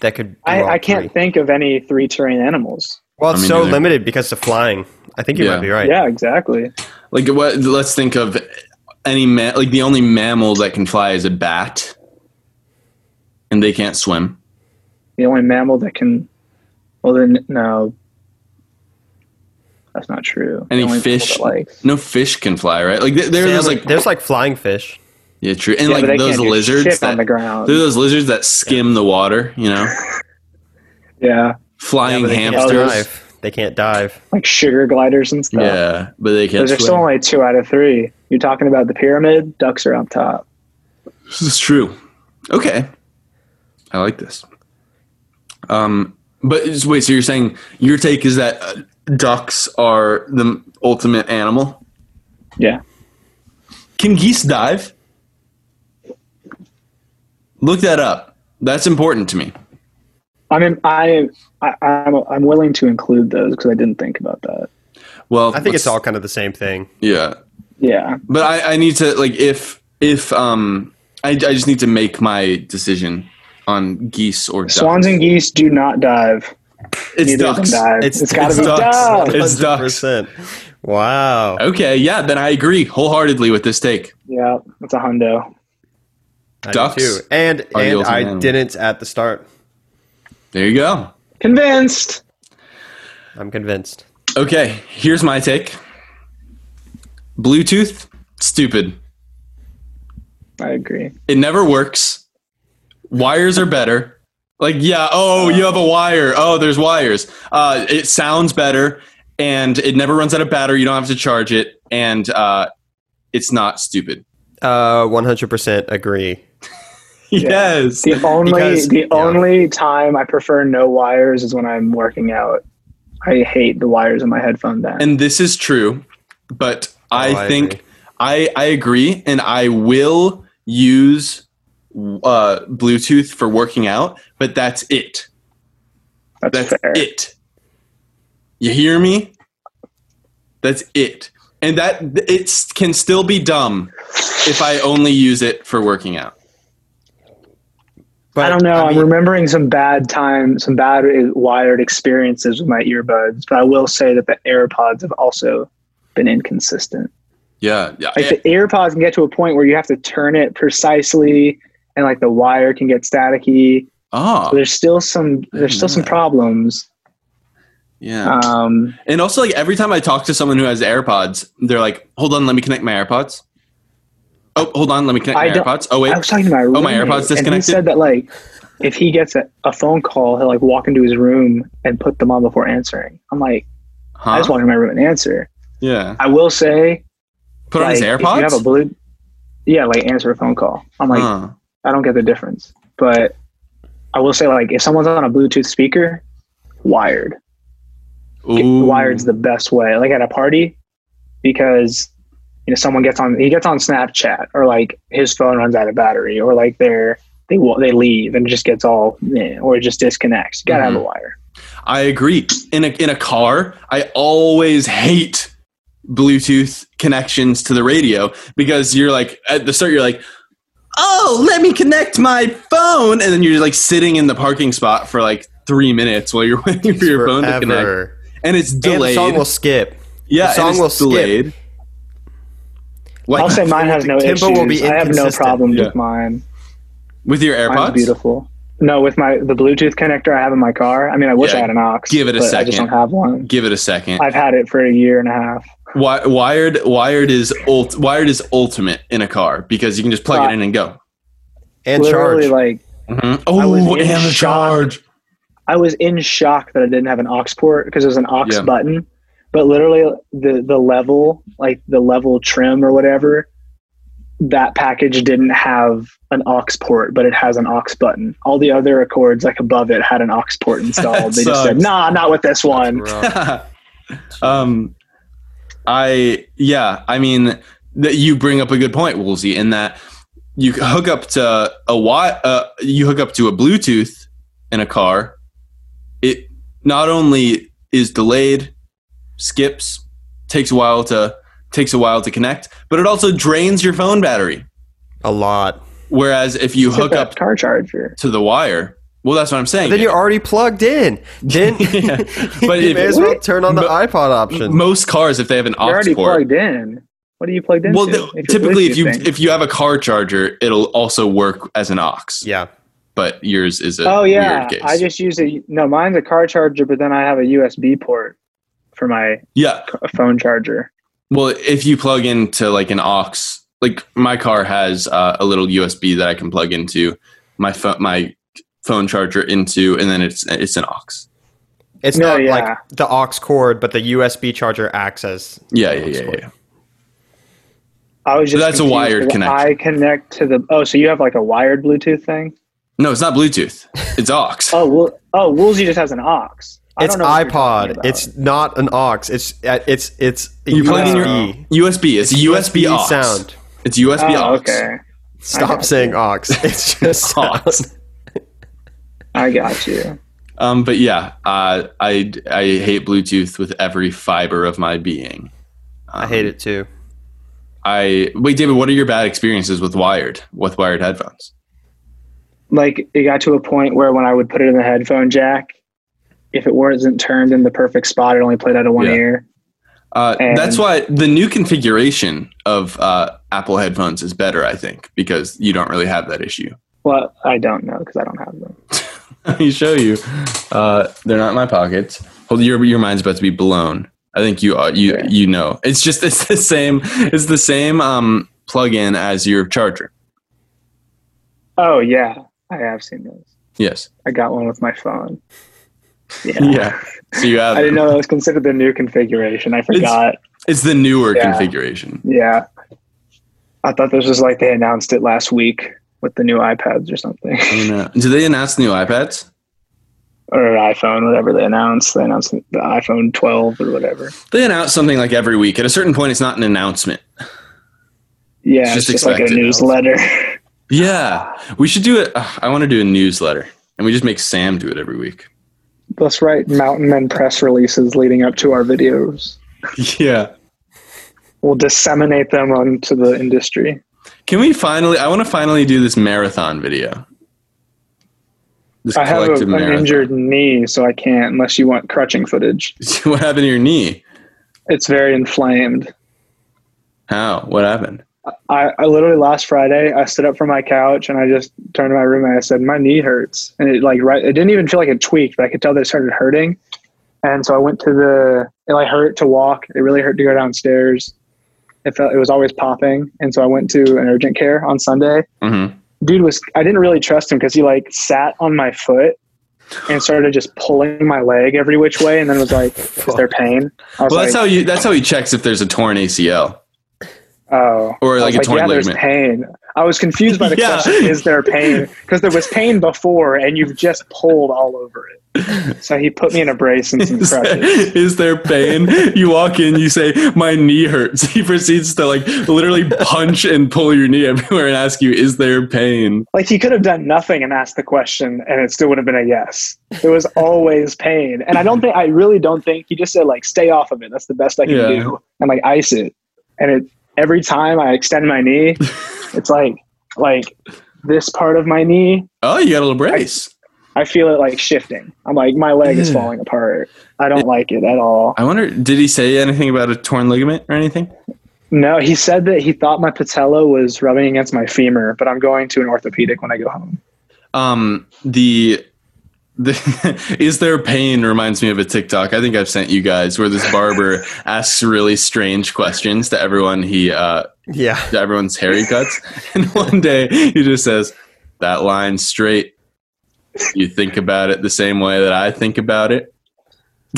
that could. do
I,
all
I can't
three.
think of any three terrain animals.
Well, it's
I mean,
so
neither.
limited because of flying. I think you
Yeah.
might be right.
Yeah, exactly.
like what let's think of any ma- like the only mammal that can fly is a bat and they can't swim.
The only mammal that can. Well, then no. That's not true. The
Any
only mammal
fish?
that likes-
No fish can fly, right? Like there- there's
There's
like
like there's like flying fish.
Yeah, true. And
Yeah, but
like
they
those
can't do
lizards
shit
that
on the ground.
they're those lizards that skim the water, you
[LAUGHS]
know,
Yeah,
flying
but they can't
hamsters.
dive. They can't dive.
like sugar gliders and stuff.
Yeah, but they can't.
Those are still
Swim.
only two out of three. You're talking about the pyramid. Ducks are up top.
This is true. Okay, I like this. Um, but is- wait, so you're saying your take is that uh, ducks are the ultimate animal?
Yeah.
Can geese dive? Look that up. That's important to me.
I'm in, I, I I'm I'm willing to include those because I didn't think about that.
Well,
I think
let's-
it's all kind of the same thing.
yeah.
Yeah,
But I, I need to like if if um I, I just need to make my decision on geese or ducks.
swans and geese do not dive.
it's
Neither of them
ducks.
dive. it's gotta be
ducks.
ducks.
It's ducks.
100%. Wow.
Okay, yeah, then I agree wholeheartedly with this take.
Yeah, it's a hundo.
I do
Ducks
too. And
are the
and
ultimate
I
animal.
didn't at the start.
There you go.
Convinced.
I'm convinced.
Okay, here's my take. Bluetooth, stupid.
I agree.
It never works. Wires are better. Like, yeah, oh, you have a wire. Oh, there's wires. Uh, it sounds better, and it never runs out of battery. You don't have to charge it, and uh, it's not stupid.
Uh, 100% agree.
Yes.
The only
Because-
the
yeah.
only time I prefer no wires is when I'm working out. I hate the wires in my headphone then.
And this is true, but I,
I
think
agree.
I I agree, and I will use uh, Bluetooth for working out, but that's it.
That's,
That's
fair.
it. You hear me? That's it. And that it can still be dumb if I only use it for working out.
But
I don't know. I
mean,
am remembering some bad time, some bad uh, wired experiences with my earbuds, but I will say that the AirPods have also been inconsistent.
Yeah, yeah.
Like the AirPods can get to a point where you have to turn it precisely, and like the wire can get staticky. So
oh,
there's still some there's still some
Yeah.
problems.
Mm. yeah.
Um,
and also, like every time I talk to someone who has AirPods, they're like, "Hold on, let me connect my AirPods." Oh, hold on, let me connect
I
my
don't-
AirPods. Oh wait,
I was talking to my roommate,
my AirPods
and he
disconnected?
said that like if he gets a, a phone call, he'll like walk into his room and put them on before answering. I'm like, I
huh?
just walked into my room and answer.
Yeah,
I will say
put on his
Like, If you have a
AirPods.
blue, yeah, like answer a phone call. I'm like,
Huh.
I don't get the difference, but I will say like if someone's on a Bluetooth speaker, wired. Get-
Ooh.
Wired's the best way. Like at a party, because you know someone gets on, he gets on Snapchat or like his phone runs out of battery or like they're they wa- they leave and it just gets all eh, or it just disconnects. You gotta have
Mm-hmm.
a wire.
I agree. In a in a car, I always hate Bluetooth connections to the radio because you're like at the start you're like, oh, let me connect my phone, and then you're like sitting in the parking spot for like three minutes while you're [LAUGHS] waiting for your phone to connect,
forever.
and it's
And the
delayed.
song will skip.
yeah,
the song
and it's
will skip.
delayed. Like [LAUGHS]
I'll say mine has no
Timbre
issues.
will be
I have no
inconsistent.
problems
Yeah.
with mine.
with your
Mine's
AirPods.
beautiful. No, with my the Bluetooth connector I have in my car. I mean, I wish
Yeah,
I had an aux.
give it a
but I
second.
just don't have one.
Give it a second.
I've had it for a year and a half.
Wi- wired wired is ult- wired is ultimate in a car because you can just plug
Uh,
it in and go.
And
Literally,
charge.
like
Mhm.
was
Oh,
in
and the
shock.
charge.
I was in shock that I didn't have an aux port because there's an aux
Yeah.
button. But literally, the the level, like the level trim or whatever, that package didn't have an aux port, but it has an aux button. All the other Accords, like above it, had an aux
[LAUGHS]
port installed. they just said,
sucks.
"Nah, not with
[LAUGHS]
this one."
Rough.
um, I yeah, I mean that you bring up a good point, Woolsey, in that you hook up to a wi- uh, you hook up to a Bluetooth in a car. It not only is delayed, skips, takes a while to takes a while to connect, but it also drains your phone battery.
a lot.
Whereas if you hook
Get that
[LAUGHS]
up
car charger.
to the wire, well, that's what I'm saying.
Then you're already plugged in. Then
[LAUGHS] Yeah. But
but [LAUGHS] you
if-
may as well turn on the iPod option.
most cars, if they have an aux
You're already
port,
plugged in. What are you plugged into?
Well,
If
th-
you're
typically, if you
Bluetoothing?
if you have a car charger, it'll also work as an aux.
yeah.
But yours is a
oh yeah
weird case.
i just use a no mine's a car charger but then i have a usb port for my
yeah.
c- phone charger
Well, if you plug into like an aux, like my car has uh, a little USB that I can plug into my phone my phone charger into, and then it's it's an aux.
It's
No,
not
yeah.
like the aux cord, but the USB charger acts as
Yeah, yeah,
aux
yeah,
cord.
yeah.
i was
So
just
that's a
confused
wired
because
connection.
i connect to the oh so you have like a wired bluetooth thing
No, it's not Bluetooth. It's aux.
[LAUGHS] oh well oh woolsey just has an aux I
It's
don't know what you're talking
iPod.
about.
It's not an aux. It's uh, it's it's a
You plug in your-
USB.
USB. It's, a USB, aux.
sound.
It's USB
oh,
aux. [LAUGHS]
okay
Stop
got [LAUGHS]
saying aux. It's just
Aux.
sound.
i got you
Um, but yeah, uh, I I hate Bluetooth with every fiber of my being.
I hate it too.
I wait, David. What are your bad experiences with wired with wired headphones?
like it got to a point where when I would put it in the headphone jack, if it wasn't turned in the perfect spot, it only played out of one
Yeah.
ear.
Uh,
And-
that's why the new configuration of uh, Apple headphones is better, I think, because you don't really have that issue. [LAUGHS]
Well, I don't know because I don't have them.
Let me show you. Uh, they're not in my pockets. Hold your your mind's about to be blown. I think you are, you you know. It's just [LAUGHS] it's the same it's the same um, plug-in as your charger.
Oh yeah, I have seen those.
Yes.
I got one with my
[LAUGHS]
phone. Yeah.
Yeah. So you have
I didn't know that was considered the new configuration. I forgot.
it's the newer
Yeah.
configuration.
yeah. I thought this was like they announced it last week with the new iPads or something. [LAUGHS]
I'm gonna- Do they announce new iPads?
or iPhone, whatever they announced. They announced the iPhone twelve or whatever.
They announce something like every week. At a certain point, it's not an announcement.
Yeah,
It's
it's just,
just
like a
expected.
newsletter. [LAUGHS]
Yeah, we should do it. ugh, I want to do a newsletter, and we just make Sam do it every week.
Let's write Mountain Men press releases leading up to our videos.
[LAUGHS] Yeah.
We'll disseminate them onto the industry.
Can we finally? I want to finally do this marathon video. This
I have a,
collective
an injured knee, so I can't unless you want crutching footage.
[LAUGHS] what happened to your knee?
It's very inflamed.
How? What happened?
I, I literally last Friday I stood up from my couch and I just turned to my roommate. I said my knee hurts, and it like right. It didn't even feel like it tweaked, but I could tell that it started hurting. And so I went to the. It like hurt to walk. It really hurt to go downstairs. It felt it was always popping, and so I went to an urgent care on Sunday.
hmm
dude was I didn't really trust him because he like sat on my foot and started just pulling my leg every which way, and then was like, "Is there pain?" I was
Well, that's
like,
how you. That's how he checks if there's a torn ACL.
"Oh,"
or
I
like
was
a torn
yeah, there's
ligament.
pain. I was confused by the
[LAUGHS] Yeah.
question, "Is there pain?" Because there was pain before, and you've just pulled all over it. So he put me in a
[LAUGHS]
brace and some
[LAUGHS] Is there-
crutches.
is there pain? you walk in, you say, "My knee hurts." [LAUGHS] He proceeds to like literally punch and pull your knee everywhere and ask you, "Is there pain?"
Like he could have done nothing and asked the question, and it still would have been a yes. There was always pain, and I don't think I really don't think he just said like stay off of it. That's the best I can
Yeah.
do, and like ice it. And it every time I extend my
[LAUGHS]
knee, it's like like this part of my knee,
Oh, you got a little brace.
I feel it like shifting. I'm like my leg is
Yeah.
falling apart. I don't like it at all.
I wonder, did he say anything about a torn ligament or anything?
No, he said that he thought my patella was rubbing against my femur, but I'm going to an orthopedic when I go home.
Um, the, the [LAUGHS] is there pain reminds me of a TikTok. I think I've sent you guys where this barber [LAUGHS] asks really strange questions to everyone he uh,
Yeah.
to everyone's haircuts, [LAUGHS] and one day he just says, "That line's straight." You think about it the same way that I think about it.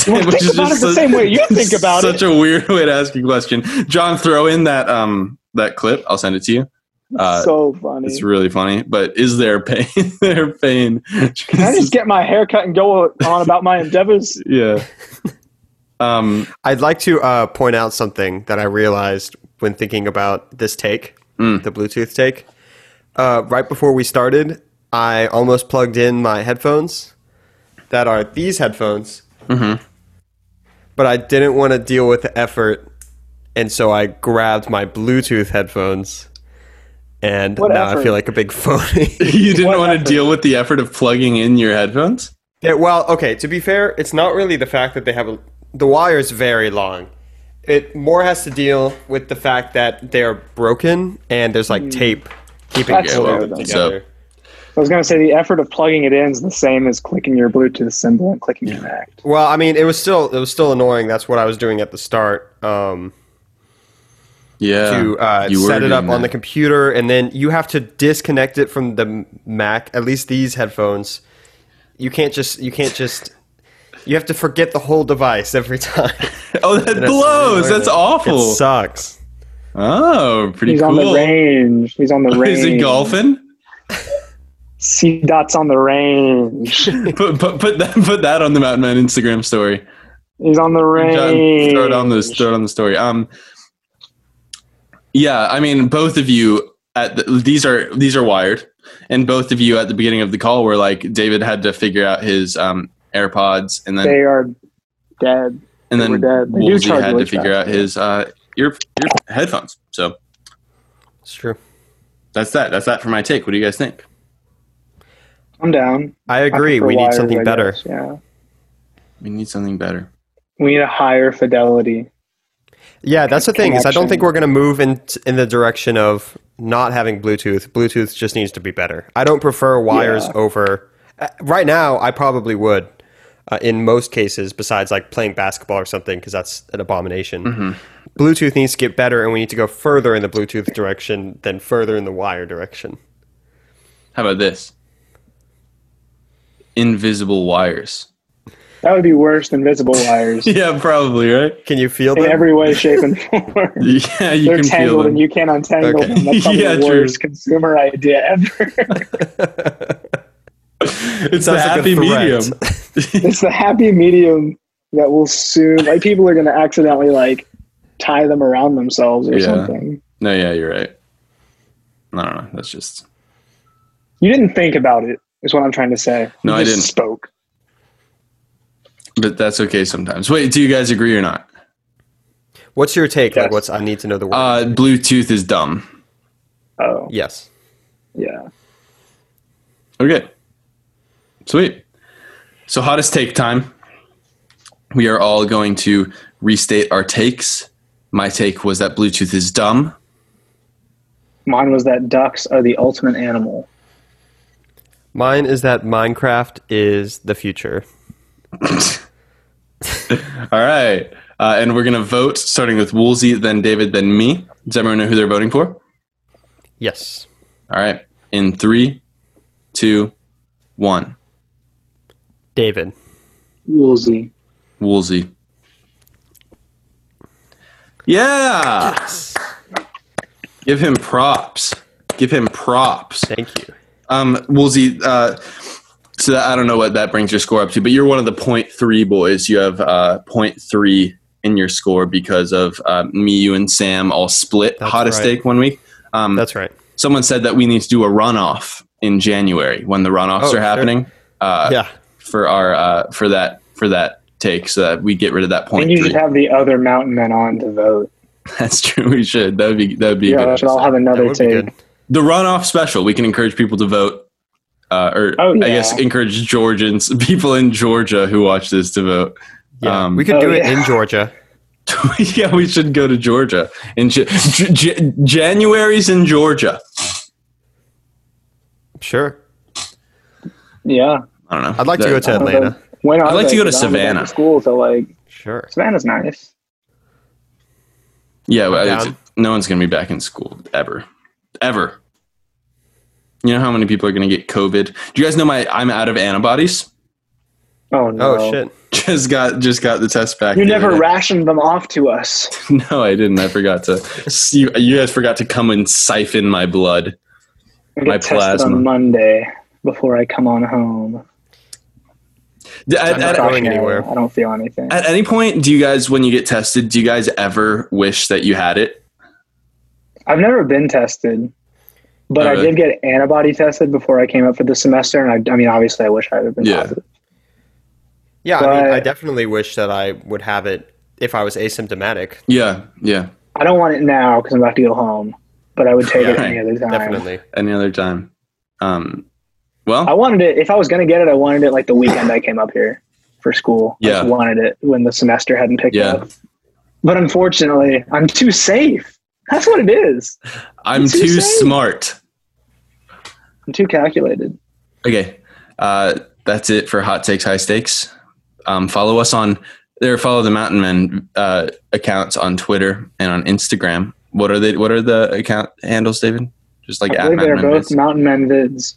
Well,
[LAUGHS] Which
think
is
about it
just
the
such-
same way
[LAUGHS]
you think about
such
it.
a weird way to ask a question. John, throw in that um that clip. I'll send it to you. Uh,
so funny.
It's really funny, but is there pain? [LAUGHS] there pain.
Can I just get my hair cut and go on about my endeavors?
[LAUGHS] yeah. Um.
I'd like to uh, point out something that I realized when thinking about this take,
Mm.
the Bluetooth take. Uh, right before we started, I almost plugged in my headphones that are these headphones, mm-hmm. but I didn't want to deal with the effort, and so I grabbed my Bluetooth headphones, and
What
now I
effort?
feel like a big phony. [LAUGHS]
You didn't
What
want to
effort?
deal with the effort of plugging in your headphones.
Yeah, well, okay. To be fair, it's not really the fact that they have a, the wires very long. It more has to deal with the fact that they're broken and there's like tape keeping
That's
all of
true,
them
though.
together.
I was going to say the effort of plugging it in is the same as clicking your Bluetooth symbol and clicking connect.
Well, I mean, it was still it was still annoying. That's what I was doing at the start. Um,
Yeah.
to uh,
were
set it
doing
up on the
that.
computer, and then you have to disconnect it from the Mac. At least these headphones, you can't just you can't just you have to forget the whole device every [LAUGHS] time.
Oh, that blows. That's awful.
It sucks.
Oh, pretty
He's
cool.
on the range. He's on the
[LAUGHS]
range.
Is he golfing?
C dots on the
[LAUGHS]
range.
Put, put put that [LAUGHS] put that on the Mountain Man Instagram story.
He's on the range.
John, throw it on the throw it on the story. Um, yeah, I mean, both of you at the, these are these are wired, and both of you at the beginning of the call were like, David had to figure out his um AirPods, and then
They are dead.
and
they
then
were dead. They do
Woolsey
charge
had
really
to figure out
fast.
his uh, ear, ear headphones. So
It's true.
that's that. That's that for my take. What do you guys think?
I'm down.
I agree.
prefer
We need
wires,
something
I
better.
guess, Yeah.
We need something better.
We need a higher fidelity.
Yeah, that's the thing is I don't
connection.
think we're going to move in in the direction of not having Bluetooth. Bluetooth just needs to be better. I don't prefer wires
Yeah.
over. Uh, right now, I probably would uh, in most cases, besides like playing basketball or something, because that's an abomination.
Mm-hmm.
Bluetooth needs to get better, and we need to go further in the Bluetooth direction than further in the wire direction.
How about this? Invisible wires.
That would be worse than visible wires
[LAUGHS]
in
Yeah, probably right.
Can you feel that?
every way, shape, and form.
[LAUGHS] Yeah, you
They're
can feel
tangled
them. [LAUGHS]
and you can't untangle
Okay.
them. That's probably
Yeah,
the
true.
worst consumer idea
[LAUGHS]
ever.
it's the
Sounds like a
happy
threat.
medium.
it's the happy medium that will soon like people are going to accidentally like tie them around themselves or
Yeah.
something.
No, yeah, you're right. No, no, no, that's just
You didn't think about it, is what I'm trying to say.
No,
you
I
just
didn't.
Spoke.
but that's okay sometimes. Wait, do you guys agree or not?
What's your take? Like,
Yes.
what's I need to know the word?
Uh Bluetooth is dumb.
Oh,
yes.
yeah.
Okay. Sweet. So hottest take time. We are all going to restate our takes. My take was that Bluetooth is dumb.
Mine was that ducks are the ultimate animal.
Mine is that Minecraft is the future.
All right. Uh, and we're going to vote starting with Woolsey, then David, then me. Does everyone know who they're voting for?
Yes.
All right. In three, two, one.
David.
Woolsey.
Woolsey. Yeah. Give him props. Give him props.
Thank you.
Um, Woolsey, uh, so that, I don't know what that brings your score up to, but you're one of the point three boys. You have uh, point three in your score because of uh, me, you, and Sam all split
That's
hottest
right.
take one week. Um,
That's right.
someone said that we need to do a runoff in January when the runoffs
Oh,
are
sure.
happening uh,
yeah.
for our uh, for that for that take, so that we get rid of that point
And you
three.
should have the other mountain men on to vote.
[LAUGHS] That's true. We should. That would be that would be a
Yeah,
good.
that should all have
That
another
would be
take.
good.
the runoff special. We can encourage people to vote, uh, or
Oh,
I
yeah.
guess encourage Georgians, [LAUGHS] people in Georgia who watch this to vote. [LAUGHS]
Yeah,
Um,
we could
Oh,
do it
yeah.
in Georgia.
yeah, we should go to Georgia in J- J- J- January's in Georgia.
[LAUGHS] Sure.
Yeah.
I don't know.
I'd like to
That-
go to Atlanta.
When
I'd like to go to Savannah.
To school, so like
Sure.
Savannah's nice.
Yeah, but it's-
down.
no one's going to be back in school ever, ever. You know how many people are going to get COVID? Do you guys know my? I'm out of antibodies. [LAUGHS]
Oh no!
Oh shit.
Just got just got the test back.
You
the other
never
day.
rationed them off to us.
[LAUGHS] No, I didn't. I forgot to. You, you guys forgot to come and siphon my blood.
I
My
get tested
plasma.
on Monday before I come on home.
D- At, at-
not going
Precautionary.
anywhere.
I don't feel anything.
at any point, do you guys, when you get tested, do you guys ever wish that you had it?
I've never been tested, but
Oh,
I
really?
did get antibody tested before I came up for the semester. And I, I mean, obviously, I wish I would have been
Yeah.
positive.
Yeah, I mean, I
But-
definitely wish that I would have it if I was asymptomatic.
Yeah, yeah.
I don't want it now because I'm about to go home, but I would take it
Yeah,
any other time.
Definitely.
Any other time. Um, well,
I wanted it. If I was going to get it, I wanted it like the weekend I came up here for school. I
Yeah.
wanted it when the semester hadn't picked
Yeah.
up. But unfortunately, I'm too safe. That's what it is.
I'm
too
too
safe.
smart.
I'm too calculated.
Okay. Uh, that's it for Hot Takes High Stakes. Um, follow us on there. Follow the Mountain Men uh, accounts on Twitter and on Instagram. What are they? What are the account handles, David? Just like
I
at
believe they're
Mountain Men.
both
Vids.
mountain men vids.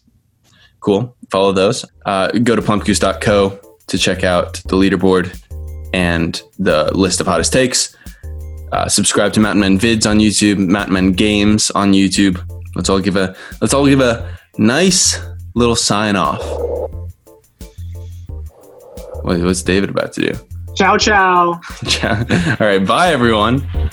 Cool. Follow those. Uh, go to plumpgoose.co to check out the leaderboard and the list of hottest takes. Uh, subscribe to Mountain Men Vids on YouTube, Mountain Men Games on YouTube. Let's all give a let's all give a nice little sign off. What, what's David about to do? [LAUGHS]
Ciao, ciao.
all right, bye everyone.